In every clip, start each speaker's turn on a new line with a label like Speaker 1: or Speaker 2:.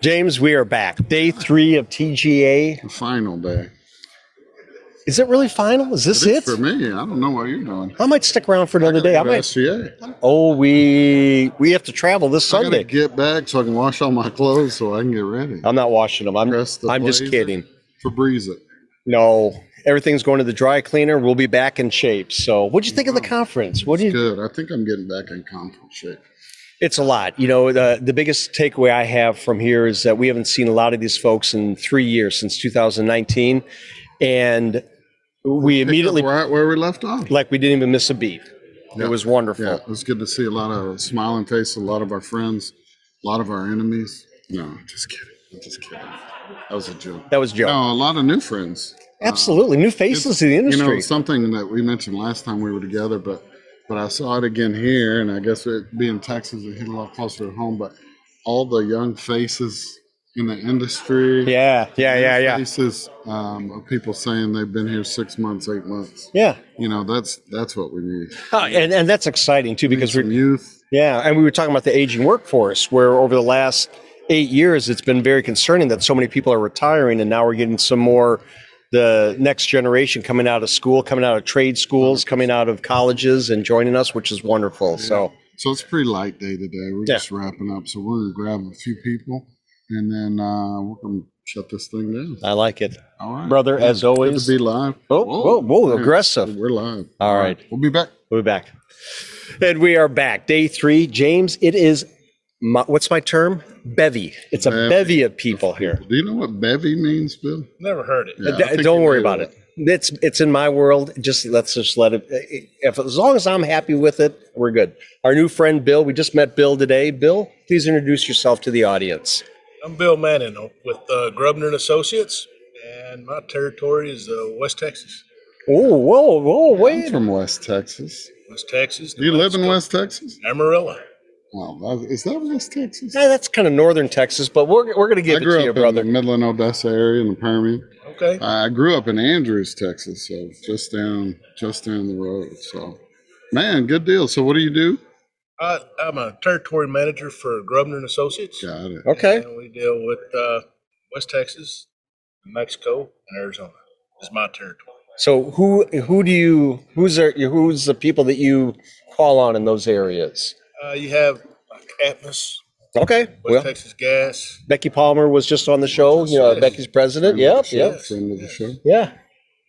Speaker 1: James, we are back. Day three of TGA.
Speaker 2: The final day.
Speaker 1: Is it really final? Is this
Speaker 2: Big
Speaker 1: it?
Speaker 2: For me, I don't know what you're doing.
Speaker 1: I might stick around for another day. I
Speaker 2: Go to
Speaker 1: might.
Speaker 2: SCA.
Speaker 1: Oh, we we have to travel this
Speaker 2: I gotta
Speaker 1: Sunday.
Speaker 2: get back so I can wash all my clothes so I can get ready.
Speaker 1: I'm not washing them. I'm
Speaker 2: Press the
Speaker 1: I'm just
Speaker 2: blazer.
Speaker 1: kidding.
Speaker 2: Febreze it.
Speaker 1: No, everything's going to the dry cleaner. We'll be back in shape. So, what'd you think of the conference? What do you?
Speaker 2: Mm-hmm. Good. I think I'm getting back in conference shape.
Speaker 1: It's a lot. You know, the, the biggest takeaway I have from here is that we haven't seen a lot of these folks in three years since 2019. And we
Speaker 2: Picked up
Speaker 1: immediately,
Speaker 2: right where we left off.
Speaker 1: like, we didn't even miss a beat. It
Speaker 2: Yeah.
Speaker 1: was wonderful.
Speaker 2: Yeah, it was good to see a lot of smiling faces, a lot of our friends, a lot of our enemies. No, just kidding. I'm just kidding. That was a joke.
Speaker 1: That was Joe.
Speaker 2: No, a lot of new friends.
Speaker 1: Absolutely. New faces to the industry.
Speaker 2: You know, something that we mentioned last time we were together, but but I saw it again here, and I guess it being Texas, it hit a lot closer to home. But all the young faces in the industry,
Speaker 1: yeah, yeah,
Speaker 2: new
Speaker 1: yeah, yeah.
Speaker 2: faces um, of people saying they've been here six months, eight months.
Speaker 1: Yeah.
Speaker 2: You know, that's that's what we need.
Speaker 1: Uh, and, and that's exciting too because
Speaker 2: Some
Speaker 1: we're,
Speaker 2: youth.
Speaker 1: yeah, and we were talking about the aging workforce where over the last eight years it's been very concerning that so many people are retiring and now we're getting some more the next generation coming out of school, coming out of trade schools, coming out of colleges and joining us, which is wonderful. So
Speaker 2: So it's a pretty light day today. We're
Speaker 1: Yeah.
Speaker 2: just wrapping up, so we're gonna grab a few people, and then uh, we're gonna shut this thing down.
Speaker 1: I like it.
Speaker 2: All right,
Speaker 1: Brother, as
Speaker 2: Good
Speaker 1: always-
Speaker 2: to be live.
Speaker 1: Oh, whoa, whoa, aggressive.
Speaker 2: We're live.
Speaker 1: All right.
Speaker 2: we'll be back.
Speaker 1: We'll be back. And we are back. Day three. James, it is my, what's my term? Bevy. It's a
Speaker 2: Bevy.
Speaker 1: bevy of people here.
Speaker 2: Do you know what bevy means, Bill?
Speaker 3: Never heard it.
Speaker 2: Yeah, I
Speaker 1: Th-
Speaker 2: think
Speaker 1: don't
Speaker 2: you
Speaker 1: worry
Speaker 2: do.
Speaker 1: about it. It's it's in my world. Just let's just let it. If as long as I'm happy with it, we're good. Our new friend Bill. We just met Bill today. Bill, please introduce yourself to the audience.
Speaker 3: I'm Bill Manning uh, with uh, Grubner and Associates, and my territory is uh, West Texas.
Speaker 1: Oh, whoa, whoa,
Speaker 2: I'm
Speaker 1: wait.
Speaker 2: from West Texas.
Speaker 3: West Texas.
Speaker 2: Do you live in West Texas?
Speaker 3: Amarillo.
Speaker 2: Wow, that- is that West Texas?
Speaker 1: Eh, that's kind of northern Texas, but we're we're gonna
Speaker 2: I
Speaker 1: give it
Speaker 2: grew
Speaker 1: to
Speaker 2: up
Speaker 1: you,
Speaker 2: in
Speaker 1: brother.
Speaker 2: the Midland, Odessa area in the Permian.
Speaker 3: Okay.
Speaker 2: I grew up in Andrews, Texas, so just down, just down the road. So, man, good deal. So, what do you do?
Speaker 3: I, I'm a territory manager for Grubner and Associates.
Speaker 2: Got it.
Speaker 1: Okay.
Speaker 3: And we deal with uh, West Texas, Mexico, and Arizona. Is my territory.
Speaker 1: So who who do you who's are who's the people that you call on in those areas?
Speaker 3: Uh, you have like Atmos,
Speaker 1: Okay.
Speaker 3: West
Speaker 1: Well,
Speaker 3: Texas Gas.
Speaker 1: Becky Palmer was just on the show. You know,
Speaker 3: Yes.
Speaker 1: Becky's president.
Speaker 2: Friend of
Speaker 1: Yep.
Speaker 2: the show,
Speaker 1: Yep.
Speaker 2: Friend of the show.
Speaker 1: Yeah.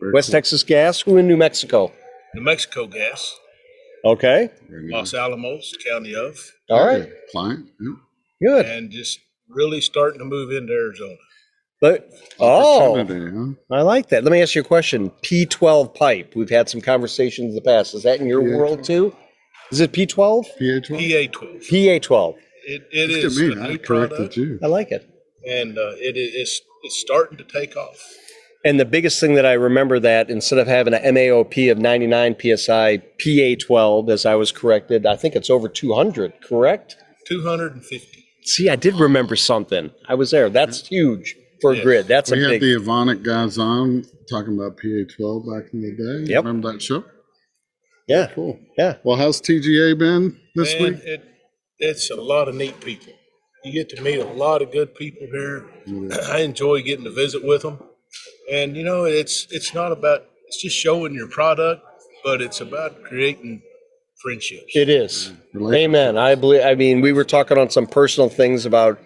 Speaker 2: Very
Speaker 1: West
Speaker 2: cool.
Speaker 1: Texas Gas. Who in New Mexico?
Speaker 3: New Mexico Gas,
Speaker 1: Okay.
Speaker 2: Very nice.
Speaker 3: Los Alamos, County of,
Speaker 1: All right.
Speaker 2: Okay, Client. yeah.
Speaker 1: Good.
Speaker 3: and just really starting to move into Arizona.
Speaker 1: But oh,
Speaker 2: Opportunity, huh?
Speaker 1: I like that. Let me ask you a question. P12 pipe. We've had some conversations in the past. Is that in your
Speaker 2: PA12?
Speaker 1: world too? Is it P12?
Speaker 2: PH1.
Speaker 3: PA12.
Speaker 1: PA12.
Speaker 3: It, it
Speaker 2: Look
Speaker 3: is
Speaker 2: at
Speaker 3: a
Speaker 2: me.
Speaker 3: new
Speaker 2: I
Speaker 3: product.
Speaker 2: corrected you.
Speaker 1: I like it.
Speaker 3: and uh, it is it's starting to take off.
Speaker 1: And the biggest thing that I remember that instead of having a MAOP of 99 psi, PA12, as I was corrected, I think it's over 200. Correct?
Speaker 3: 250.
Speaker 1: See, I did remember something. I was there. That's huge for a
Speaker 3: Yes.
Speaker 1: grid. That's a
Speaker 2: We had
Speaker 1: big.
Speaker 2: the Avonic guys on talking about PA12 back in the day.
Speaker 1: Yep.
Speaker 2: Remember that show?
Speaker 1: Yeah.
Speaker 2: Cool.
Speaker 1: Yeah.
Speaker 2: Well, how's TGA been this
Speaker 3: And
Speaker 2: week?
Speaker 3: it, it's a lot of neat people. You get to meet a lot of good people here. I enjoy getting to visit with them, and you know it's it's not about it's just showing your product, but it's about creating friendships.
Speaker 1: It is.
Speaker 2: Relation-
Speaker 1: Amen. I believe. I mean, we were talking on some personal things about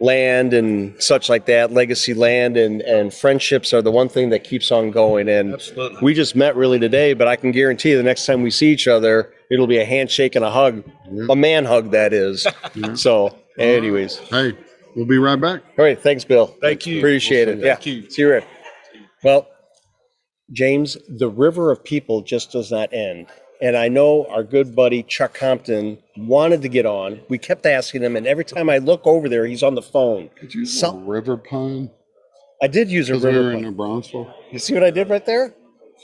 Speaker 1: land and such like that, legacy land, and and friendships are the one thing that keeps on going. And
Speaker 3: Absolutely.
Speaker 1: we just met really today, but I can guarantee the next time we see each other, it'll be a handshake and a hug, a man hug that is. So, anyways, all
Speaker 2: Hey, we'll be right back.
Speaker 1: right. Thanks, Bill.
Speaker 3: Thank you.
Speaker 1: Appreciate it.
Speaker 3: Thank
Speaker 1: yeah.
Speaker 3: you.
Speaker 1: See you. Rick. Well, James, the river of people just does not end. And I know our good buddy Chuck Compton wanted to get on. We kept asking him, and every time I look over there, he's on the phone.
Speaker 2: Did you use a
Speaker 1: Some-
Speaker 2: river pun?
Speaker 1: I did use a
Speaker 2: Because we were
Speaker 1: river.
Speaker 2: in
Speaker 1: phone.
Speaker 2: New Brunswick.
Speaker 1: You see what I did right there?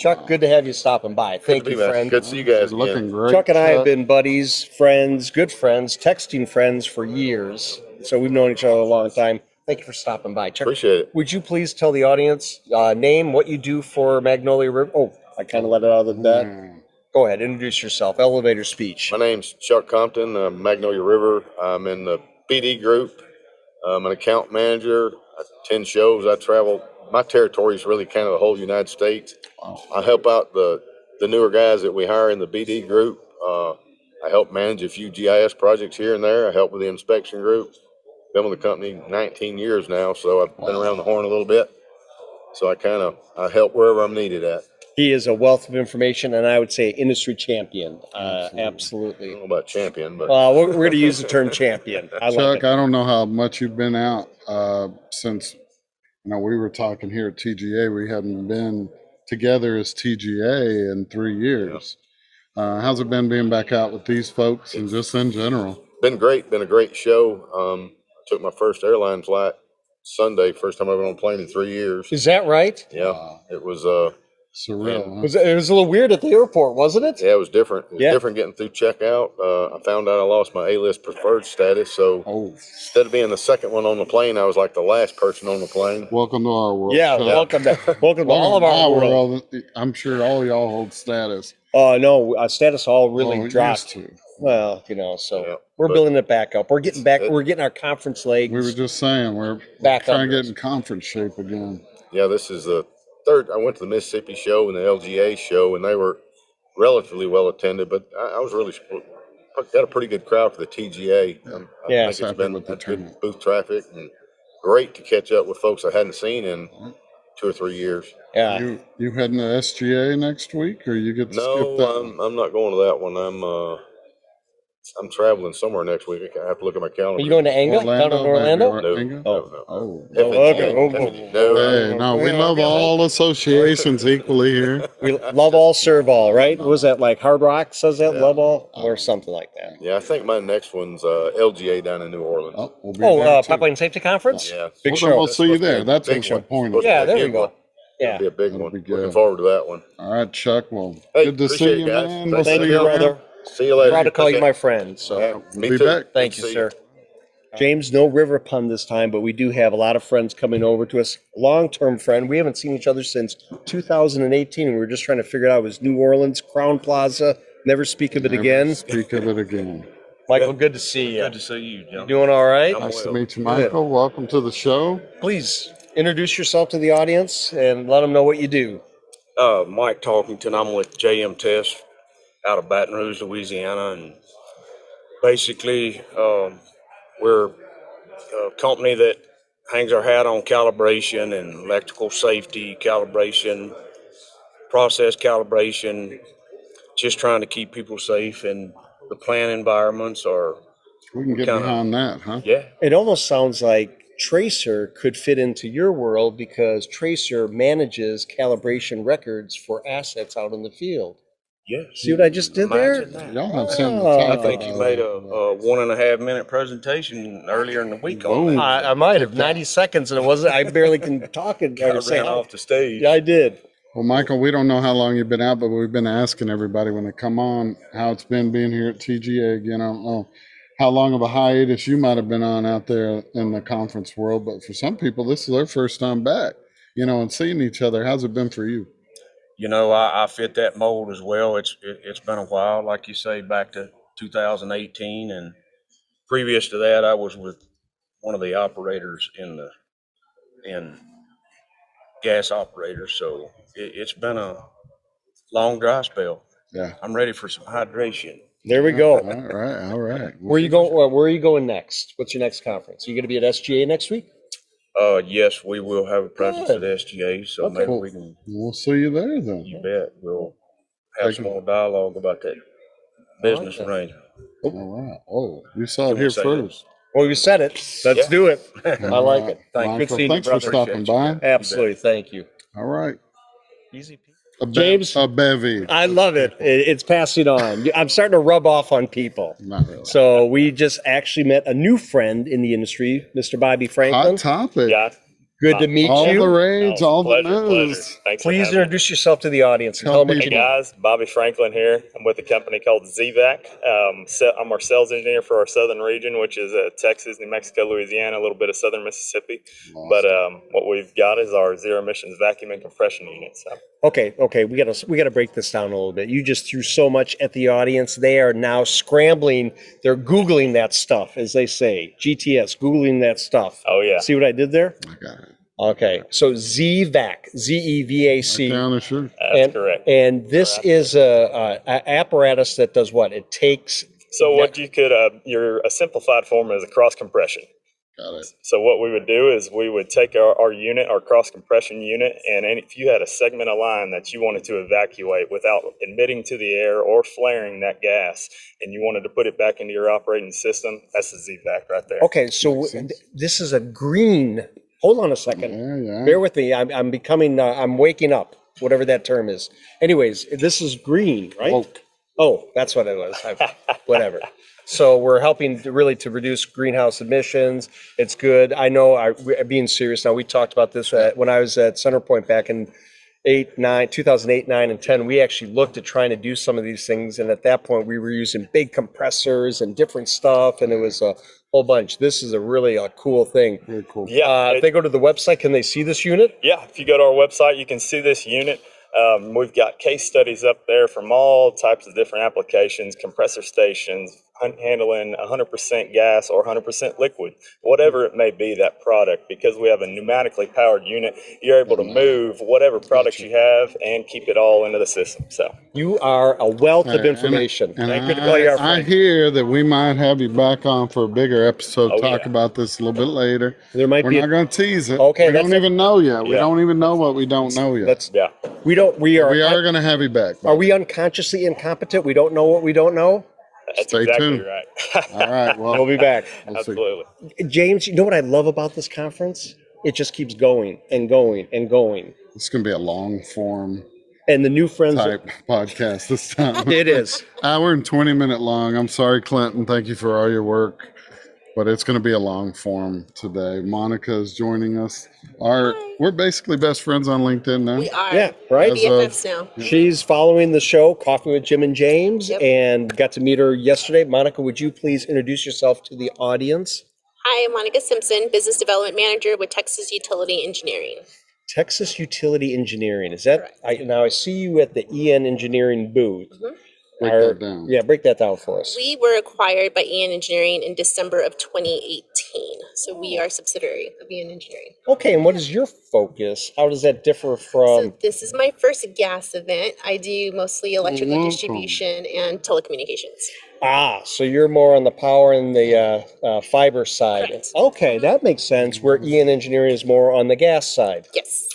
Speaker 1: Chuck, good to have you stopping by. Thank you, friend.
Speaker 4: Good to see you guys.
Speaker 2: It's looking
Speaker 4: Again.
Speaker 2: great.
Speaker 1: Chuck and I have been buddies, friends, good friends, texting friends for years. So we've known each other a long time. Thank you for stopping by. Chuck,
Speaker 4: Appreciate it.
Speaker 1: Would you please tell the audience uh, name, what you do for Magnolia River? Oh, I kind of let it out of that.
Speaker 2: Mm.
Speaker 1: Go ahead, introduce yourself. Elevator speech.
Speaker 4: My name's Chuck Compton, uh, Magnolia River. I'm in the PD group. I'm an account manager. I attend shows. I travel. My territory is really kind of the whole United States. I help out the the newer guys that we hire in the BD group. Uh, I help manage a few GIS projects here and there. I help with the inspection group. Been with the company 19 years now, so I've been around the horn a little bit. So I kind of I help wherever I'm needed at.
Speaker 1: He is a wealth of information, and I would say industry champion. Uh,
Speaker 4: I
Speaker 1: absolutely.
Speaker 4: don't know about champion, but
Speaker 1: Uh, we're, we're going to use the term champion. I love
Speaker 2: Chuck,
Speaker 1: it.
Speaker 2: I don't know how much you've been out uh, since. You know, we were talking here at TGA. We hadn't been together as TGA in three years. Uh, how's it been being back out with these folks and just in general?
Speaker 4: been great. Been a great show. Um, took my first airline flight Sunday. First time I've been on a plane in three years.
Speaker 1: Is that right?
Speaker 4: Yeah,
Speaker 2: Wow.
Speaker 4: it was. Uh,
Speaker 2: Surreal. huh?
Speaker 1: Was it, it was a little weird at the airport, wasn't it?
Speaker 4: yeah, it was different. It was
Speaker 1: Yeah.
Speaker 4: different getting through checkout. Uh, I found out I lost my A-list preferred status, so
Speaker 2: Oh,
Speaker 4: instead of being the second one on the plane, I was like the last person on the plane.
Speaker 2: welcome to our world.
Speaker 1: Yeah,
Speaker 2: Chuck.
Speaker 1: welcome to welcome to all of our
Speaker 2: Welcome to
Speaker 1: world.
Speaker 2: world. I'm sure all y'all hold status.
Speaker 1: Uh, no, uh, status all
Speaker 2: Well,
Speaker 1: really
Speaker 2: we used
Speaker 1: dropped.
Speaker 2: to.
Speaker 1: Well, you know, so
Speaker 4: Yeah,
Speaker 1: we're
Speaker 4: but-
Speaker 1: building it back up. We're getting back.
Speaker 4: It-
Speaker 1: We're getting our conference legs.
Speaker 2: We were just saying we're
Speaker 1: Back
Speaker 2: trying to
Speaker 1: under.
Speaker 2: get in conference shape again.
Speaker 4: Yeah, this is the third. I went to the Mississippi show and the LGA show, and they were relatively well attended, but I, I was really sp- got a pretty good crowd for the TGA. Um, I
Speaker 1: Yeah.
Speaker 4: think it's
Speaker 2: Happy
Speaker 4: been
Speaker 2: with the
Speaker 4: that's good
Speaker 2: turnout.
Speaker 4: booth traffic and great to catch up with folks I hadn't seen in two or three years.
Speaker 1: yeah.
Speaker 2: You you heading to SGA next week, or you get to skip
Speaker 4: No,
Speaker 2: that?
Speaker 1: um,
Speaker 4: I'm, I'm not going to that one. I'm uh, I'm traveling somewhere next week. I have to look at my calendar.
Speaker 1: Are you going to Angle down in
Speaker 2: maybe,
Speaker 1: Orlando?
Speaker 2: or
Speaker 4: No,
Speaker 2: Inga?
Speaker 4: no, no.
Speaker 2: Oh.
Speaker 4: If it
Speaker 1: okay.
Speaker 4: can,
Speaker 1: Oh,
Speaker 4: if
Speaker 1: oh,
Speaker 4: it- no,
Speaker 2: Hey, no, we love all associations equally here.
Speaker 1: We love all, serve all, right? What was that like? Hard Rock says that love all
Speaker 4: Uh,
Speaker 1: or something like that.
Speaker 4: Yeah, I think my next one's uh, LGA down in New Orleans.
Speaker 2: Oh, we'll be
Speaker 1: Oh,
Speaker 2: there,
Speaker 1: uh,
Speaker 2: too.
Speaker 1: Pipeline Safety Conference.
Speaker 4: Yeah,
Speaker 1: Big
Speaker 2: Well,
Speaker 1: show.
Speaker 2: then we'll see you there. That's
Speaker 4: Big
Speaker 2: what
Speaker 4: show.
Speaker 2: my point is.
Speaker 4: Supposed to be
Speaker 1: Yeah,
Speaker 4: a
Speaker 1: there we
Speaker 4: big
Speaker 1: go.
Speaker 4: one.
Speaker 1: Yeah.
Speaker 4: Be a big
Speaker 2: That'll
Speaker 4: one.
Speaker 2: be
Speaker 4: Looking
Speaker 2: good.
Speaker 4: forward to that one.
Speaker 2: All right, Chuck. Well,
Speaker 4: Hey,
Speaker 2: good to
Speaker 4: appreciate
Speaker 2: see you,
Speaker 4: it, guys.
Speaker 2: man.
Speaker 4: Thank
Speaker 1: Thank
Speaker 2: see
Speaker 1: you,
Speaker 2: around.
Speaker 1: brother.
Speaker 4: See you later.
Speaker 1: Proud to call you my friend. So.
Speaker 4: Yeah, me
Speaker 2: Be
Speaker 4: too.
Speaker 2: back.
Speaker 1: Thank you,
Speaker 4: See
Speaker 1: sir. James, no river pun this time, but we do have a lot of friends coming over to us. Long term friend. We haven't seen each other since 2018. We were just trying to figure it out. It was New Orleans, Crown Plaza. Never speak of it again.
Speaker 2: Speak of it again.
Speaker 1: Michael, good to see you.
Speaker 5: Good to see you,
Speaker 1: You
Speaker 5: John.
Speaker 1: doing all right?
Speaker 4: I'm-
Speaker 2: Nice to
Speaker 4: Well,
Speaker 2: meet you,
Speaker 1: go ahead.
Speaker 2: Michael. Welcome to the show.
Speaker 1: Please introduce yourself to the audience and let them know what you do.
Speaker 5: Uh, Mike Talkington. I'm with JM Test out of Baton Rouge, Louisiana, and basically um, we're a company that hangs our hat on calibration and electrical safety calibration, process calibration, just trying to keep people safe in the plant environments. Or
Speaker 2: We can get
Speaker 5: Kinda.
Speaker 2: behind that, huh?
Speaker 5: yeah,
Speaker 1: It almost sounds like Tracer could fit into your world because Tracer manages calibration records for assets out in the field.
Speaker 5: yeah.
Speaker 1: See what I just did there?
Speaker 5: Imagine that.
Speaker 2: Y'all have something to
Speaker 1: Oh.
Speaker 2: talk
Speaker 5: I think you
Speaker 2: about.
Speaker 5: made a, a one and a half minute presentation earlier in the week on
Speaker 2: Boom.
Speaker 5: that.
Speaker 1: I, I might have 90 seconds and it wasn't, I barely can talk and
Speaker 5: I
Speaker 1: or say
Speaker 5: ran
Speaker 1: how.
Speaker 5: off the stage.
Speaker 1: Yeah, I did.
Speaker 2: Well, Michael, we don't know how long you've been out, but we've been asking everybody when they come on how it's been being here at TGA again. I don't know how long of a hiatus you might have been on out there in the conference world, but for some people, this is their first time back, you know, and seeing each other. How's it been for you?
Speaker 5: you know, I, I fit that mold as well. It's it, it's been a while, like you say, back to 2018, and previous to that, I was with one of the operators in the in gas operators. So it, it's been a long dry spell.
Speaker 2: Yeah.
Speaker 5: I'm ready for some hydration.
Speaker 1: There we
Speaker 2: All
Speaker 1: go.
Speaker 2: right. All right.
Speaker 1: Where you going? Where are you going next? What's your next conference? Are you going to be at SGA next week?
Speaker 5: Uh, yes, we will have a presence
Speaker 1: Good.
Speaker 5: at SGA, so
Speaker 1: Okay.
Speaker 5: maybe we can.
Speaker 2: We'll see you there then.
Speaker 5: You bet. We'll have
Speaker 2: Thank
Speaker 5: some
Speaker 2: you.
Speaker 5: more dialogue about that business
Speaker 1: that.
Speaker 5: arrangement.
Speaker 2: All right. Oh, you saw it
Speaker 5: Can we
Speaker 2: here
Speaker 5: say
Speaker 2: first.
Speaker 1: Well, you said it. Let's
Speaker 5: Yeah.
Speaker 1: do it. I
Speaker 2: All
Speaker 1: like
Speaker 2: right.
Speaker 1: it. Thank you. Good
Speaker 2: Michael,
Speaker 1: seeing you,
Speaker 2: thanks for
Speaker 1: brother.
Speaker 2: stopping by.
Speaker 1: Absolutely. Thank you.
Speaker 2: All right.
Speaker 1: Easy.
Speaker 2: A be-
Speaker 1: James?
Speaker 2: A bevy.
Speaker 1: I love it. it. It's passing on. I'm starting to rub off on people.
Speaker 2: Not really.
Speaker 1: So we just actually met a new friend in the industry, Mr. Bobby Franklin.
Speaker 2: Hot topic.
Speaker 1: Good to meet
Speaker 2: all the
Speaker 1: you.
Speaker 2: raids,
Speaker 6: Oh,
Speaker 2: all the
Speaker 6: pleasure,
Speaker 2: news.
Speaker 6: pleasure. Thanks
Speaker 1: Please
Speaker 6: for having me.
Speaker 1: introduce yourself to the audience and
Speaker 2: Tell
Speaker 1: tell them what
Speaker 2: people-
Speaker 1: you
Speaker 6: Hey
Speaker 1: do.
Speaker 6: guys, Bobby Franklin here. I'm with a company called ZVAC. Um, so- I'm our sales engineer for our southern region, which is uh, Texas, New Mexico, Louisiana, a little bit of uh, southern Mississippi. But um, what we've got is our zero emissions vacuum and compression unit. So
Speaker 1: Okay, okay, we gotta we gotta break this down a little bit. You just threw so much at the audience. They are now scrambling. They're googling that stuff, as they say. GTS, googling that stuff.
Speaker 6: Oh yeah.
Speaker 1: See what I did there?
Speaker 2: I got it.
Speaker 1: Okay, so ZVAC, Z E V A C.
Speaker 2: Down the shirt.
Speaker 6: That's
Speaker 1: and,
Speaker 6: correct.
Speaker 1: And this is a, a, a apparatus that does what? It takes.
Speaker 6: So what you could uh, your a simplified form is a cross compression.
Speaker 2: Got it.
Speaker 6: So what we would do is we would take our, our unit, our cross compression unit, and any, if you had a segment of line that you wanted to evacuate without emitting to the air or flaring that gas, and you wanted to put it back into your operating system, that's the ZVAC right there.
Speaker 1: Okay, so this is a green. Hold on a second.
Speaker 6: Mm-hmm.
Speaker 2: Yeah, yeah.
Speaker 1: Bear with me. I'm, I'm becoming. Uh, I'm waking up. Whatever that term is. Anyways, this is green, right?
Speaker 2: Woke.
Speaker 1: Oh, that's what it was. I- Whatever. So we're helping to really to reduce greenhouse emissions. It's good. I know. I we- being serious now. We talked about this uh, when I was at Centerpoint back in eight, nine, 2008, nine, and ten. We actually looked at trying to do some of these things, and at that point, we were using big compressors and different stuff, and it was a whole bunch. This is a really a cool thing.
Speaker 2: Very cool.
Speaker 6: Yeah,
Speaker 1: Uh,
Speaker 6: it-
Speaker 1: if they go to the website, can they see this unit?
Speaker 6: yeah, if you go to our website, you can see this unit. Um, we've got case studies up there from all types of different applications, compressor stations, hun- handling 100% gas or 100% liquid, whatever it may be, that product. Because we have a pneumatically powered unit, you're able to move whatever product you have and keep it all into the system. So,
Speaker 1: You are a wealth of
Speaker 2: All right, and I-
Speaker 1: information.
Speaker 2: And
Speaker 1: Thank you to
Speaker 2: I-
Speaker 1: call you our
Speaker 2: I
Speaker 1: friend.
Speaker 2: hear that we might have you back on for a bigger episode.
Speaker 6: Oh,
Speaker 2: talk
Speaker 6: yeah.
Speaker 2: about this a little bit later.
Speaker 1: There might
Speaker 2: We're
Speaker 1: be a-
Speaker 2: not going to tease it.
Speaker 1: Okay,
Speaker 2: We
Speaker 1: that's
Speaker 2: don't
Speaker 1: it.
Speaker 2: even know yet. We
Speaker 6: Yeah.
Speaker 2: don't even know what we don't know yet.
Speaker 1: Let's.
Speaker 6: yeah.
Speaker 1: We don't. We are.
Speaker 2: we are going to have you back.
Speaker 1: Are we unconsciously incompetent? We don't know what we don't know.
Speaker 6: That's
Speaker 2: Stay
Speaker 6: exactly
Speaker 2: tuned.
Speaker 6: right.
Speaker 2: All right. Well,
Speaker 1: We'll be back.
Speaker 2: we'll see.
Speaker 6: Absolutely.
Speaker 1: James, you know what I love about this conference? It just keeps going and going and going.
Speaker 2: It's going to be a long form
Speaker 1: And the new friends.
Speaker 2: type podcast this time.
Speaker 1: It is.
Speaker 2: Hour and 20 minute long. I'm sorry, Clinton. Thank you for all your work. But it's going to be a long form today. Monica is joining us. Our, we're basically best friends on LinkedIn now.
Speaker 7: We are.
Speaker 1: Yeah, right?
Speaker 7: BFFs now.
Speaker 1: She's following the show, Coffee with Jim and James,
Speaker 7: Yep.
Speaker 1: and got to meet her yesterday. Monica, would you please introduce yourself to the audience?
Speaker 7: Hi, I'm Monica Simpson, Business Development Manager with Texas Utility Engineering.
Speaker 1: Texas Utility Engineering. Is that
Speaker 7: Correct.
Speaker 1: I, now? I see you at the EN Engineering booth.
Speaker 2: Break
Speaker 1: Are-
Speaker 2: that down.
Speaker 1: Yeah, break that down for us.
Speaker 7: Mm-hmm. We were acquired by Ian Engineering in December of 2018, so we are a subsidiary of Ian Engineering.
Speaker 1: Okay, and what is your focus? How does that differ
Speaker 7: So
Speaker 2: Um,
Speaker 1: from?
Speaker 7: this is my first gas event. I do mostly electrical
Speaker 2: Welcome.
Speaker 7: distribution and telecommunications.
Speaker 1: Ah, so you're more on the power and the uh, uh, fiber side.
Speaker 7: Correct.
Speaker 1: Okay, that makes sense. Where EN Engineering is more on the gas side.
Speaker 7: Yes.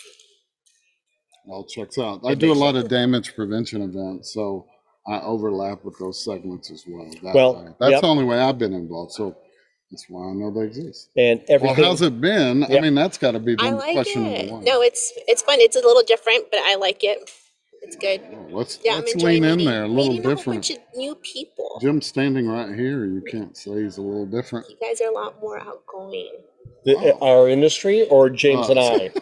Speaker 2: All checks out. I do a lot of damage prevention events, so I overlap with those segments as well. That
Speaker 1: Well,
Speaker 2: way. that's
Speaker 1: yep.
Speaker 2: the only way I've been involved. So that's why I know they exist.
Speaker 1: And
Speaker 2: Well,
Speaker 1: everything.
Speaker 2: how's it been? I
Speaker 1: Yeah.
Speaker 2: mean, that's got to be
Speaker 7: I
Speaker 2: the
Speaker 7: like
Speaker 2: question
Speaker 7: it.
Speaker 2: number one.
Speaker 7: No, it's it's fun. It's a little different, but I like it. It's good.
Speaker 2: Oh, let's
Speaker 7: Yeah,
Speaker 2: let's
Speaker 7: I'm enjoying
Speaker 2: lean in
Speaker 7: meeting-
Speaker 2: there a little
Speaker 7: meeting a whole
Speaker 2: different.
Speaker 7: bunch of new people.
Speaker 2: Jim's standing right here. You can't say he's a little different.
Speaker 7: You guys are a lot more outgoing.
Speaker 1: the, uh, our industry or James
Speaker 2: Oh.
Speaker 1: and I?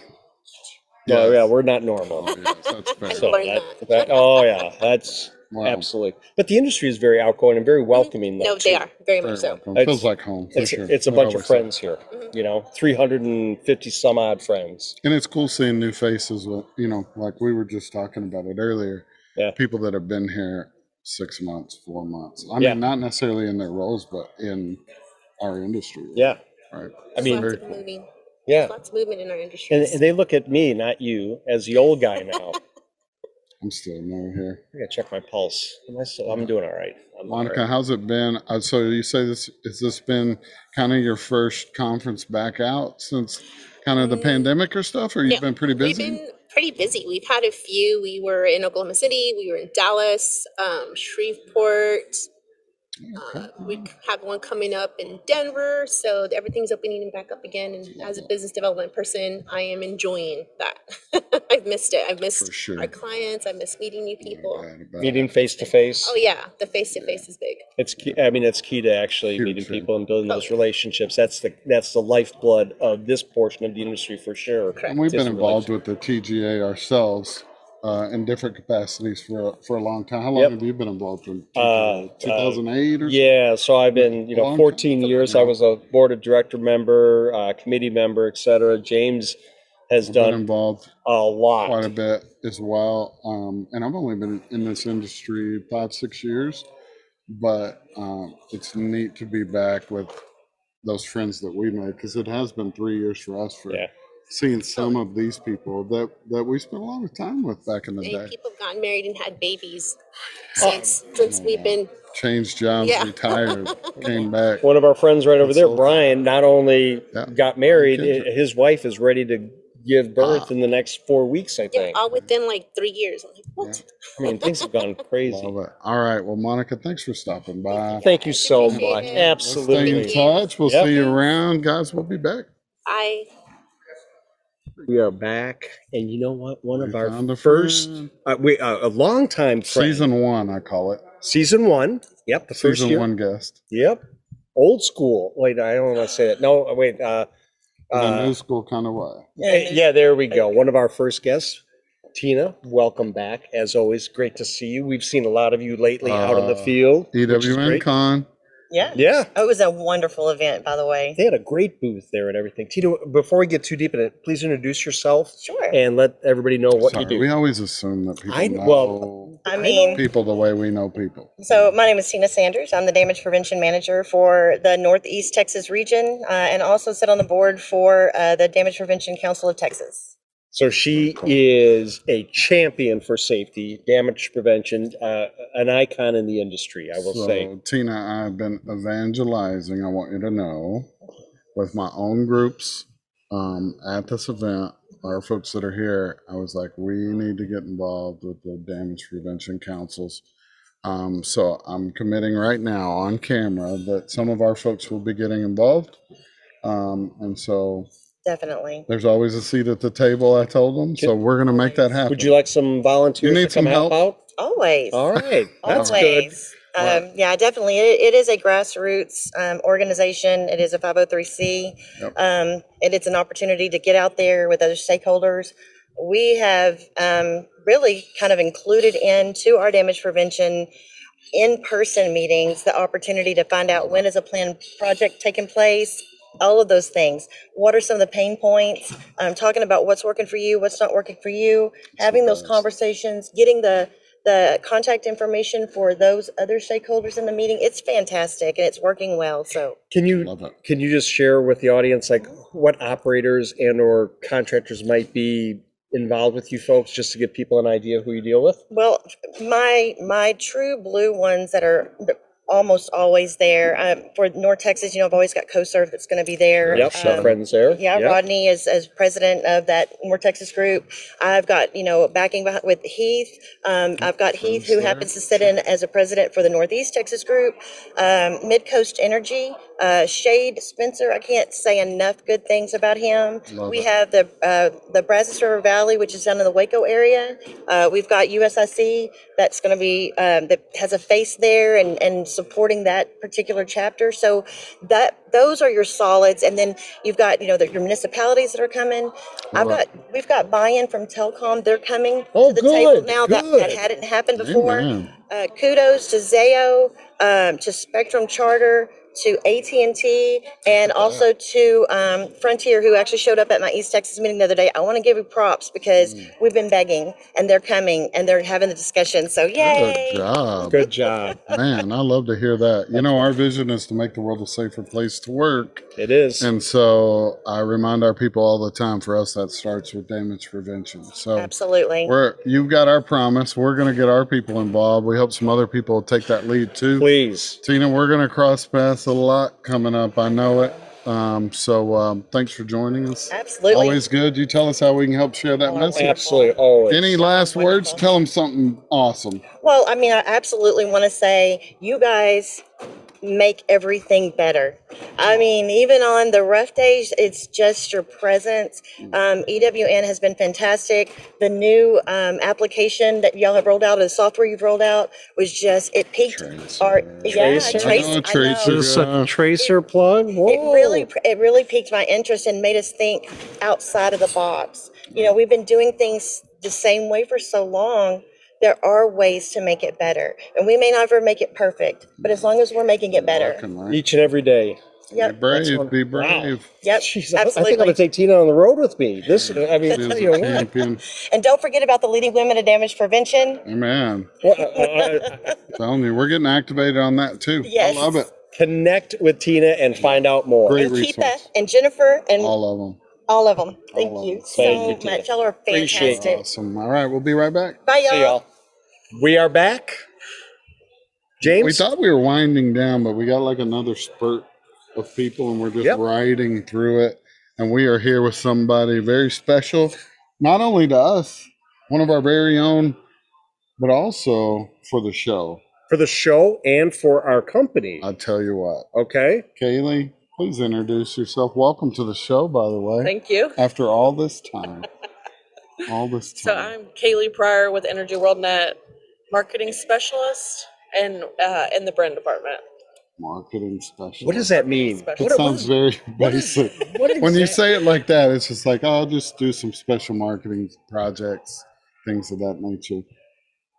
Speaker 1: No, yeah, we're not normal.
Speaker 2: Oh, yes, that's fair.
Speaker 1: So
Speaker 7: Learn
Speaker 1: that,
Speaker 7: that.
Speaker 1: that, oh yeah, that's
Speaker 2: Wow.
Speaker 1: absolutely. But the industry is very outgoing and very welcoming.
Speaker 7: Mm-hmm. No,
Speaker 1: Though,
Speaker 7: they
Speaker 1: too.
Speaker 7: are very
Speaker 2: Very
Speaker 7: much so.
Speaker 2: welcome.
Speaker 1: It's-
Speaker 2: Feels like home. for
Speaker 1: It's
Speaker 2: sure.
Speaker 1: it's a
Speaker 2: That always
Speaker 1: bunch of
Speaker 2: helps.
Speaker 1: friends here.
Speaker 7: Mm-hmm.
Speaker 1: You know, three hundred and fifty some odd friends.
Speaker 2: And it's cool seeing new faces. With, you know, like we were just talking about it earlier.
Speaker 1: Yeah.
Speaker 2: People that have been here six months, four months. I
Speaker 1: Yeah.
Speaker 2: mean, not necessarily in their roles, but in our industry.
Speaker 1: Yeah,
Speaker 2: Right.
Speaker 1: I mean,
Speaker 7: lots of moving,
Speaker 1: yeah.
Speaker 7: lots of movement in our industry.
Speaker 1: And, and they look at me, not you, as the old guy now.
Speaker 2: I'm still new here.
Speaker 1: I gotta check my pulse. Am I still, I'm doing all right. I'm all
Speaker 2: Monica,
Speaker 1: right.
Speaker 2: how's it been? Uh, so you say this has this been kind of your first conference back out since kind of the pandemic or stuff, or you've
Speaker 7: No,
Speaker 2: been pretty
Speaker 7: Mm. We've
Speaker 2: busy?
Speaker 7: been pretty busy. We've had a few. We were in Oklahoma City. We were in Dallas, um, Shreveport. Uh, we c- have one coming up in Denver. So everything's opening back up again. And as a business development person, I am enjoying that. I've missed it. I've missed
Speaker 2: For sure.
Speaker 7: our clients. I miss meeting new people.
Speaker 2: Bad about it.
Speaker 1: Meeting face to face.
Speaker 7: Oh yeah, the face to face is big.
Speaker 1: It's key, I mean, it's key to actually
Speaker 2: Huge
Speaker 1: meeting
Speaker 2: thing.
Speaker 1: people and building
Speaker 7: Oh.
Speaker 1: those relationships. That's the that's the lifeblood of this portion of the industry for sure.
Speaker 2: And we've
Speaker 1: It's
Speaker 2: been
Speaker 1: the
Speaker 2: involved with the TGA ourselves uh, in different capacities for for a long time. How long
Speaker 1: Yep.
Speaker 2: have you been involved in
Speaker 1: Uh,
Speaker 2: TGA? 2008 or
Speaker 1: Yeah, so I've been, you
Speaker 2: A
Speaker 1: know,
Speaker 2: long
Speaker 1: 14 years. I was a board of director member, uh, committee member, et cetera. James has
Speaker 2: I've been
Speaker 1: done
Speaker 2: involved
Speaker 1: a lot.
Speaker 2: quite a bit as well. Um, and I've only been in this industry five, six years, but um, it's neat to be back with those friends that we made because it has been three years for us for
Speaker 6: Yeah.
Speaker 2: seeing some of these people that that we spent a lot of time with back in the
Speaker 7: Many
Speaker 2: day.
Speaker 7: people have gotten married and had babies
Speaker 1: Oh,
Speaker 7: since since we've been
Speaker 2: Changed jobs,
Speaker 7: Yeah.
Speaker 2: retired, came back.
Speaker 1: One of our friends right over there,
Speaker 2: so-
Speaker 1: Brian, not only
Speaker 2: Yeah.
Speaker 1: got married,
Speaker 2: Good.
Speaker 1: i- his wife is ready to give birth in the next four weeks, I
Speaker 7: Ah. yeah,
Speaker 1: think.
Speaker 7: all within like three years. I'm like, what?
Speaker 1: I mean, things have gone crazy.
Speaker 2: Love it. All right. Well, Monica, thanks for stopping by.
Speaker 1: Thank you so
Speaker 7: Appreciate
Speaker 1: much.
Speaker 7: it.
Speaker 2: Stay in
Speaker 1: Absolutely.
Speaker 7: Thank you.
Speaker 2: touch. We'll
Speaker 1: Yep.
Speaker 2: see you around, guys. We'll be back.
Speaker 7: I
Speaker 1: We are back, and you know what? One of
Speaker 2: We
Speaker 1: our
Speaker 2: found a
Speaker 1: first,
Speaker 2: friend.
Speaker 1: uh, we uh, a long time friend.
Speaker 2: season one, I call it.
Speaker 1: Season one. Yep, the first
Speaker 2: season
Speaker 1: year.
Speaker 2: one guest.
Speaker 1: Yep, old school. Wait, I don't want to say that. No, wait. Uh,
Speaker 2: the
Speaker 1: uh,
Speaker 2: new school kind of way.
Speaker 1: yeah, yeah, there we go. One of our first guests, Tina. Welcome back, as always. Great to see you. We've seen a lot of you lately out in the
Speaker 2: Uh,
Speaker 1: field. which is
Speaker 2: EWN
Speaker 1: great.
Speaker 2: Con.
Speaker 8: Yeah. Oh,
Speaker 1: Yeah,
Speaker 8: It was a wonderful event, by the way.
Speaker 1: they had a great booth there and everything. Tina, before we get too deep in it, please introduce yourself
Speaker 8: Sure.
Speaker 1: and let everybody know what
Speaker 2: Sorry,
Speaker 1: you do.
Speaker 2: we always assume that people
Speaker 1: I-
Speaker 2: know
Speaker 1: well,
Speaker 8: I mean,
Speaker 2: people the way we know people.
Speaker 8: so my name is Tina Sanders. I'm the damage prevention manager for the Northeast Texas region uh, and also sit on the board for uh, the Damage Prevention Council of Texas.
Speaker 1: So she is a champion for safety, damage prevention, uh, an icon in the industry, I will
Speaker 2: so,
Speaker 1: say.
Speaker 2: Tina, I've been evangelizing. I want you to know, with my own groups um, at this event, our folks that are here, I was like, we need to get involved with the damage prevention councils. Um, so I'm committing right now on camera that some of our folks will be getting involved. Um, and so
Speaker 8: Definitely.
Speaker 2: There's always a seat at the table, I told them. So we're going to make that happen.
Speaker 1: Would you like some volunteers
Speaker 2: You need
Speaker 1: to come
Speaker 2: some
Speaker 1: help,
Speaker 2: help?
Speaker 8: Always.
Speaker 1: out? All right, that's good.
Speaker 8: Always. Um, yeah, definitely. It, it is a grassroots um, organization. It is a 503c,
Speaker 2: Yep.
Speaker 8: um, and it's an opportunity to get out there with other stakeholders. We have um, really kind of included into our damage prevention in-person meetings the opportunity to find out when is a planned project taking place all of those things what are some of the pain points um, talking about what's working for you what's not working for you having those
Speaker 2: best.
Speaker 8: conversations getting the the contact information for those other stakeholders in the meeting it's fantastic and it's working well so
Speaker 1: Can you
Speaker 2: Love it.
Speaker 1: can you just share with the audience like what operators and or contractors might be involved with you folks just to give people an idea who you deal with?
Speaker 8: Well, my my true blue ones that are almost always there um, for North Texas. You know, I've always got CoSurf that's going to be there.
Speaker 1: Yep,
Speaker 8: Um,
Speaker 1: our friends there.
Speaker 8: yeah,
Speaker 1: Yep.
Speaker 8: Rodney is as president of that North Texas group. I've got you know backing behind with Heath. Um, I've got Heath who
Speaker 2: there.
Speaker 8: happens to sit in as a president for the Northeast Texas group. Um, Midcoast Energy, uh, Shade Spencer. I can't say enough good things about him.
Speaker 2: Love
Speaker 8: we
Speaker 2: it.
Speaker 8: have the uh, the Brazos River Valley, which is down in the Waco area. Uh, we've got USIC that's going to be um, that has a face there and and supporting that particular chapter. So that those are your solids, and then you've got you know the, your municipalities that are coming. I've
Speaker 2: Right.
Speaker 8: got we've got buy-in from Telcom. They're coming
Speaker 1: Oh,
Speaker 8: to the table
Speaker 1: good,
Speaker 8: now that,
Speaker 1: good.
Speaker 8: that hadn't happened before.
Speaker 2: Amen.
Speaker 8: Uh, kudos to Zayo, um, to Spectrum Charter, to AT and T, and also to um, Frontier, who actually showed up at my East Texas meeting the other day. I want to give you props because
Speaker 2: Mm.
Speaker 8: we've been begging, and they're coming, and they're having the discussion. So yay!
Speaker 2: Good job.
Speaker 1: Good job.
Speaker 2: Man, I love to hear that. You know, our vision is to make the world a safer place to work.
Speaker 1: It is.
Speaker 2: And so I remind our people all the time for us, that starts with damage prevention. So
Speaker 8: Absolutely.
Speaker 2: we're, you've got our promise. We're going to get our people involved. We hope some other people take that lead too.
Speaker 1: Please.
Speaker 2: Tina, we're going to cross paths a lot coming up. I know it. Um, so um, thanks for joining us.
Speaker 8: Absolutely.
Speaker 2: Always good. You tell us how we can help share that message.
Speaker 1: Absolutely always.
Speaker 2: Any last words? Tell them something awesome.
Speaker 8: Well, I mean, I absolutely want to say you guys make everything better. I mean, even on the rough days, it's just your presence. Um, EWN has been fantastic. The new um, application that y'all have rolled out, the software you've rolled out, was just it peaked our yeah,
Speaker 1: Tracer.
Speaker 8: Trace-
Speaker 2: I
Speaker 8: I
Speaker 2: know,
Speaker 8: know.
Speaker 2: Tracer.
Speaker 1: Just a tracer plug.
Speaker 8: It
Speaker 1: Whoa.
Speaker 8: really, it really piqued my interest and made us think outside of the box. You know, we've been doing things the same way for so long there are ways to make it better. And we may never make it perfect, but as long as we're making it better.
Speaker 2: Fucking right.
Speaker 1: Each and every day.
Speaker 2: Be
Speaker 8: Yep,
Speaker 2: brave.
Speaker 1: one-
Speaker 2: Be
Speaker 1: Wow.
Speaker 2: brave.
Speaker 8: yep,
Speaker 1: Jeez, I- I think I'm
Speaker 8: absolutely.
Speaker 1: gonna take Tina on the road with me. This, I mean,
Speaker 2: She
Speaker 1: tell
Speaker 2: is
Speaker 1: you
Speaker 2: a
Speaker 1: what.
Speaker 2: champion.
Speaker 8: And don't forget about the Leading Women to Damage Prevention.
Speaker 2: Amen.
Speaker 1: Well, uh, uh,
Speaker 2: Telling you, we're getting activated on that too.
Speaker 8: Yes.
Speaker 2: I love it.
Speaker 1: Connect with Tina and find out more.
Speaker 2: Great
Speaker 8: And Keitha
Speaker 2: resource.
Speaker 8: and Jennifer and
Speaker 2: All of them.
Speaker 8: all of them. Thank
Speaker 2: of
Speaker 8: you
Speaker 2: them.
Speaker 8: so
Speaker 1: Thank you, Tina.
Speaker 8: much. Y'all are
Speaker 1: Appreciate it.
Speaker 8: fantastic.
Speaker 2: Awesome. All right, we'll be right back.
Speaker 8: Bye, y'all.
Speaker 1: See y'all. We are back.
Speaker 2: We
Speaker 1: James,
Speaker 2: thought we were winding down, but we got like another spurt of people, and we're just
Speaker 1: Yep.
Speaker 2: riding through it. And we are here with somebody very special, not only to us, one of our very own, but also for the show.
Speaker 1: for the show and for our company.
Speaker 2: I tell you what,
Speaker 1: Okay.
Speaker 2: Kaylee, please introduce yourself. Welcome to the show, by the way.
Speaker 9: Thank you.
Speaker 2: After all this time, all this time.
Speaker 9: So I'm Kaylee Pryor with Energy World Net, marketing specialist and uh, in the brand department.
Speaker 2: marketing special.
Speaker 1: What does that mean?
Speaker 9: Special.
Speaker 2: It
Speaker 1: What- what
Speaker 2: sounds
Speaker 1: is-
Speaker 2: very
Speaker 1: what is-
Speaker 2: basic.
Speaker 1: what
Speaker 2: when you
Speaker 1: exact-
Speaker 2: say it like that, it's just like, oh, I'll just do some special marketing projects, things of that nature.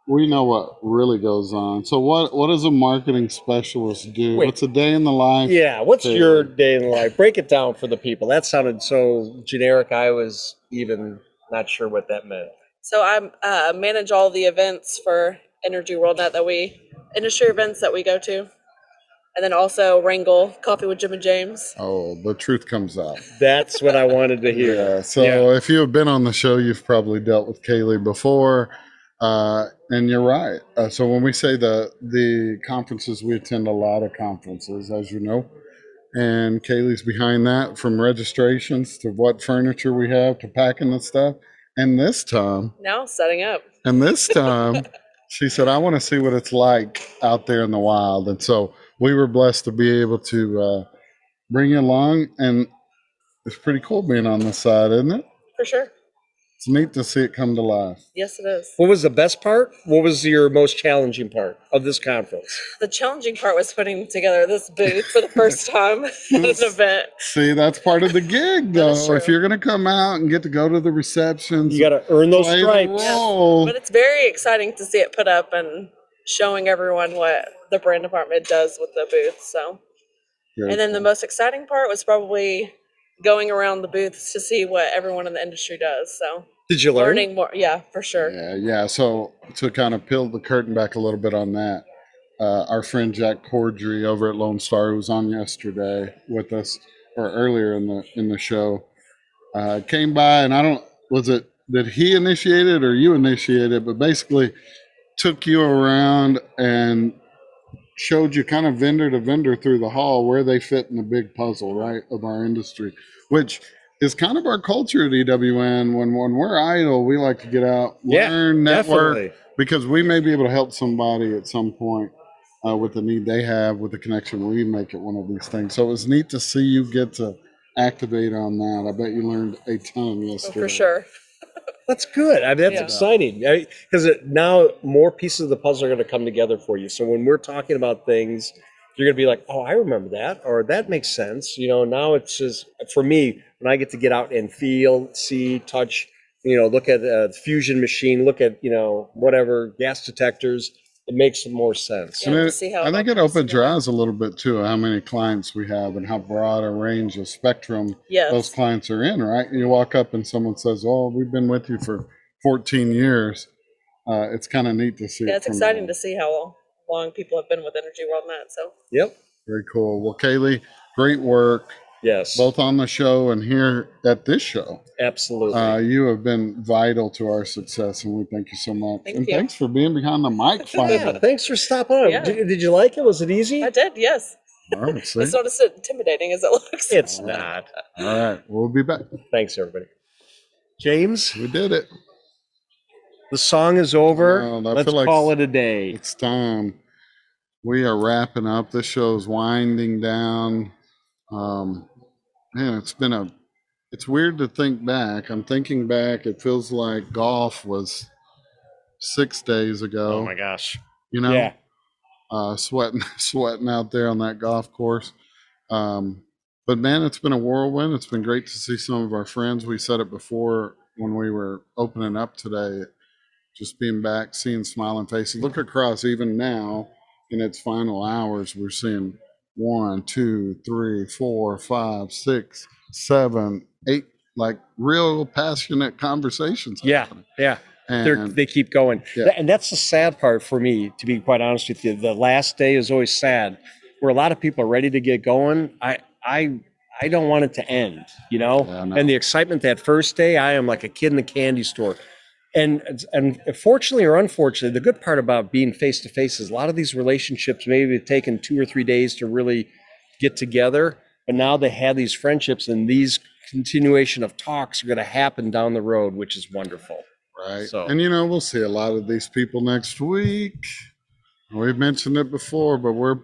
Speaker 2: We know what really goes on. So, what what does a marketing specialist do?
Speaker 1: Wait.
Speaker 2: What's a day in the life?
Speaker 1: Yeah, what's
Speaker 2: Kaylee?
Speaker 1: your day in the life? Break it down for the people. That sounded so generic. I was even not sure what that meant.
Speaker 9: So I uh, manage all the events for Energy World Net that we industry events that we go to, and then also wrangle coffee with Jim and James.
Speaker 2: Oh, the truth comes out.
Speaker 1: That's what I wanted to hear.
Speaker 2: Yeah. So if you have been on the show, you've probably dealt with Kaylee before, uh, and you're right. Uh, so when we say the the conferences, we attend a lot of conferences, as you know, and Kaylee's behind that from registrations to what furniture we have to packing the stuff. And this time,
Speaker 9: Now setting up.
Speaker 2: and this time, she said, "I want to see what it's like out there in the wild." And so we were blessed to be able to uh, bring you along, and it's pretty cool being on this side, isn't it?
Speaker 9: For sure.
Speaker 2: It's neat to see it come to life.
Speaker 9: Yes, it is.
Speaker 1: What was the best part? What was your most challenging part of this conference?
Speaker 9: The challenging part was putting together this booth for the first time at an event.
Speaker 2: See, that's part of the gig,
Speaker 9: That is
Speaker 2: though. If
Speaker 9: true.
Speaker 2: you're going to come out and get to go to the receptions,
Speaker 1: You got to earn those
Speaker 2: play the
Speaker 1: stripes.
Speaker 2: role.
Speaker 9: But it's very exciting to see it put up and showing everyone what the brand department does with the booth. So, and then the most exciting part was probably going around the booths to see what everyone in the industry does. So,
Speaker 1: Did you learn?
Speaker 9: learning more, yeah, for sure.
Speaker 2: Yeah, yeah. So to kind of peel the curtain back a little bit on that, uh, our friend Jack Cordry over at Lone Star who was on yesterday with us or earlier in the in the show uh, came by, and I don't was it did he initiate it or you initiated it, but basically took you around and showed you kind of vendor to vendor through the hall where they fit in the big puzzle, right, of our industry, which is kind of our culture at EWN. When when we're idle, we like to get out,
Speaker 1: Yeah,
Speaker 2: learn, network,
Speaker 1: Definitely.
Speaker 2: because we may be able to help somebody at some point uh, with the need they have, with the connection we make at one of these things. So it was neat to see you get to activate on that. I bet you learned a ton
Speaker 9: Oh,
Speaker 2: yesterday.
Speaker 9: for sure.
Speaker 1: That's good. I mean, that's
Speaker 9: Yeah.
Speaker 1: exciting because now more pieces of the puzzle are going to come together for you. So when we're talking about things, you're going to be like, "Oh, I remember that," or "That makes sense." You know, now it's just for me when I get to get out and feel, see, touch. You know, look at a fusion machine, look at you know whatever gas detectors. It makes more sense.
Speaker 9: Yeah,
Speaker 2: And
Speaker 9: to
Speaker 2: it-
Speaker 9: see how
Speaker 2: I
Speaker 9: it all
Speaker 2: think it
Speaker 9: comes
Speaker 2: opens your
Speaker 9: together.
Speaker 2: eyes a little bit too, how many clients we have and how broad a range of spectrum
Speaker 9: Yes.
Speaker 2: those clients are in, right? You walk up and someone says, "Oh, we've been with you for 14 years." Uh, it's kind of neat to see.
Speaker 9: yeah,
Speaker 2: it
Speaker 9: it's
Speaker 2: from
Speaker 9: exciting
Speaker 2: there.
Speaker 9: to see how long people have been with Energy World Net. So,
Speaker 1: Yep.
Speaker 2: Very cool. Well, Kaylee, great work
Speaker 1: Yes.
Speaker 2: both on the show and here at this show.
Speaker 1: Absolutely.
Speaker 2: Uh, you have been vital to our success, and we thank you so much.
Speaker 9: Thank
Speaker 2: and
Speaker 9: you.
Speaker 2: thanks for being behind the mic
Speaker 1: yeah.
Speaker 2: finally.
Speaker 1: Thanks for stopping on.
Speaker 9: Yeah.
Speaker 1: Did, did you like it? Was it easy?
Speaker 9: I did, yes.
Speaker 2: All right, see?
Speaker 9: It's not as intimidating as it looks.
Speaker 1: It's not.
Speaker 2: All right, we'll be back.
Speaker 1: Thanks, everybody. James.
Speaker 2: We did it.
Speaker 1: The song is over.
Speaker 2: Wow, I
Speaker 1: Let's
Speaker 2: feel like-
Speaker 1: call it a day.
Speaker 2: It's time. We are wrapping up. This show's winding down. Um, man, it's been a. It's weird to think back. I'm thinking back. It feels like golf was six days
Speaker 6: Oh
Speaker 2: ago.
Speaker 1: gosh.
Speaker 2: You know,
Speaker 1: Yeah.
Speaker 2: uh, sweating, sweating out there on that golf course. Um, but man, it's been a whirlwind. It's been great to see some of our friends. We said it before when we were opening up today. just being back, seeing smiling faces. Look across, even now in its final hours, we're seeing one, two, three, four, five, six, seven, eight, like real passionate conversations.
Speaker 1: Yeah,
Speaker 2: happening.
Speaker 1: yeah. They're,
Speaker 2: And
Speaker 1: they keep going.
Speaker 2: Yeah.
Speaker 1: And that's the sad part for me, to be quite honest with you. The last day is always sad, where a lot of people are ready to get going. I, I, I don't want it to end, you know?
Speaker 2: Yeah, I know.
Speaker 1: And the excitement that first day, I am like a kid in the candy store. And, it's- and fortunately or unfortunately, the good part about being face to face is a lot of these relationships maybe have taken two or three days to really get together, but now they have these friendships and these continuation of talks are going to happen down the road, which is wonderful.
Speaker 2: right?
Speaker 1: So-
Speaker 2: And you know, we'll see a lot of these people next week. We've mentioned it before, but we're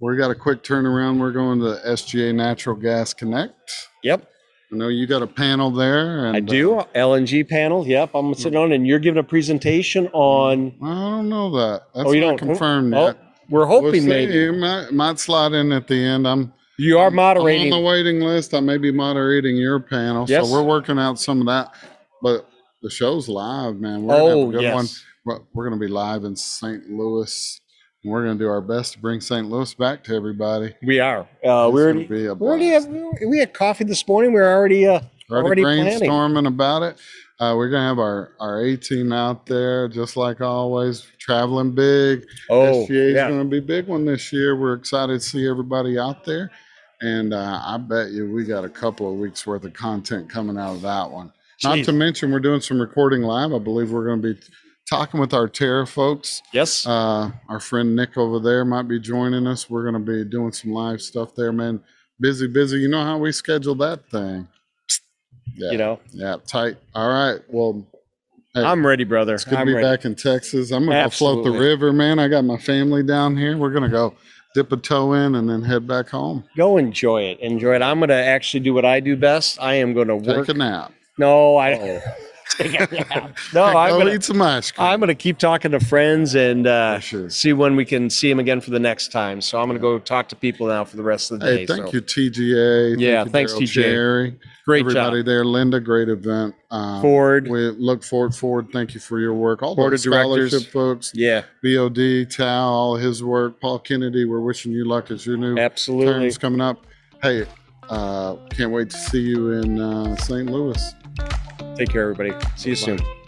Speaker 2: we got a quick turnaround. We're going to SGA Natural Gas Connect.
Speaker 1: Yep.
Speaker 2: I know you got a panel there. And,
Speaker 1: I do.
Speaker 2: uh,
Speaker 1: LNG panel. Yep. I'm sitting on, and you're giving a presentation on.
Speaker 2: I don't know that. That's
Speaker 1: oh, you
Speaker 2: not
Speaker 1: don't
Speaker 2: confirmed
Speaker 1: Oh,
Speaker 2: yet.
Speaker 1: we're
Speaker 2: We'll
Speaker 1: hoping
Speaker 2: see.
Speaker 1: maybe
Speaker 2: It might, might slide in at the end. I'm,
Speaker 1: you are
Speaker 2: I'm on
Speaker 1: moderating.
Speaker 2: the waiting list. I may be moderating your panel.
Speaker 1: Yes.
Speaker 2: So we're working out some of that. But the show's live, man. We're going to have
Speaker 1: oh
Speaker 2: a good
Speaker 1: yes.
Speaker 2: one. But we're going to be live in St. Louis. And we're going to do our best to bring St. Louis back to everybody.
Speaker 1: We are. Uh,
Speaker 2: It's
Speaker 1: we're
Speaker 2: gonna be a
Speaker 1: we already
Speaker 2: blast.
Speaker 1: have, we had coffee this morning. We're already uh,
Speaker 2: Already
Speaker 1: already planning.
Speaker 2: brainstorming about it. Uh, we're going to have our, our A team out there, just like always, traveling big.
Speaker 1: Oh
Speaker 2: SGA is
Speaker 1: yeah.
Speaker 2: going to be a big one this year. We're excited to see everybody out there. And uh, I bet you we got a couple of weeks worth of content coming out of that one. Not to
Speaker 1: Jeez.
Speaker 2: mention, we're doing some recording live. I believe we're going to be talking with our Terra folks.
Speaker 1: Yes.
Speaker 2: Uh, our friend Nick over there might be joining us. We're going to be doing some live stuff there, man. Busy, busy. You know how we schedule that thing. Yeah.
Speaker 1: you know,
Speaker 2: Yeah, tight. All right. Well, hey,
Speaker 1: I'm ready, brother.
Speaker 2: it's good
Speaker 1: I'm
Speaker 2: to be
Speaker 1: ready.
Speaker 2: back in Texas. I'm gonna go float the
Speaker 1: Absolutely.
Speaker 2: river, man. I got my family down here. We're gonna go dip a toe in and then head back home.
Speaker 1: Go enjoy it. Enjoy it. I'm going to actually do what I do best. I am going to
Speaker 2: Take Oh.
Speaker 1: work.
Speaker 2: a nap.
Speaker 1: no, I. Take a nap. No, Oh, I'm
Speaker 2: go
Speaker 1: going to
Speaker 2: eat some ice cream.
Speaker 1: I'm going to keep talking to friends and uh,
Speaker 2: For sure.
Speaker 1: see when we can see them again for the next time. So I'm going to go talk to people now for the rest of the
Speaker 2: hey,
Speaker 1: day.
Speaker 2: thank
Speaker 1: so.
Speaker 2: you, TGA. Thank
Speaker 1: Yeah,
Speaker 2: you,
Speaker 1: thanks,
Speaker 2: Daryl
Speaker 1: TGA.
Speaker 2: Jerry.
Speaker 1: Great
Speaker 2: everybody
Speaker 1: job.
Speaker 2: there. Linda, great event. Um,
Speaker 1: Ford.
Speaker 2: We look forward, Ford. Thank you for your work. All
Speaker 1: Board
Speaker 2: the
Speaker 1: of directors.
Speaker 2: scholarship folks,
Speaker 1: Yeah,
Speaker 2: BOD, Tal, all his work. Paul Kennedy, we're wishing you luck as your new
Speaker 1: absolutely.
Speaker 2: terms coming up. Hey, uh, can't wait to see you in uh, St. Louis.
Speaker 1: Take care, everybody. See you soon.